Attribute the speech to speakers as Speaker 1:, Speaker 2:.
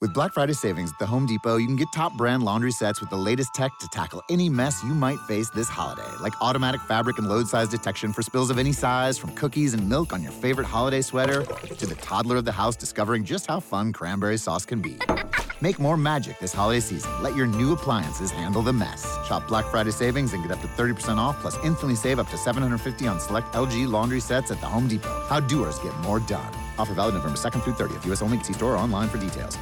Speaker 1: With Black Friday savings at the Home Depot, you can get top brand laundry sets with the latest tech to tackle any mess you might face this holiday, like automatic fabric and load size detection for spills of any size, from cookies and milk on your favorite holiday sweater to the toddler of the house discovering just how fun cranberry sauce can be. Make more magic this holiday season. Let your new appliances handle the mess. Shop Black Friday savings and get up to 30% off, plus instantly save up to 750 on select LG laundry sets at the Home Depot. How doers get more done. Offer valid November 2nd through 30th. U.S. only. See store or online for details.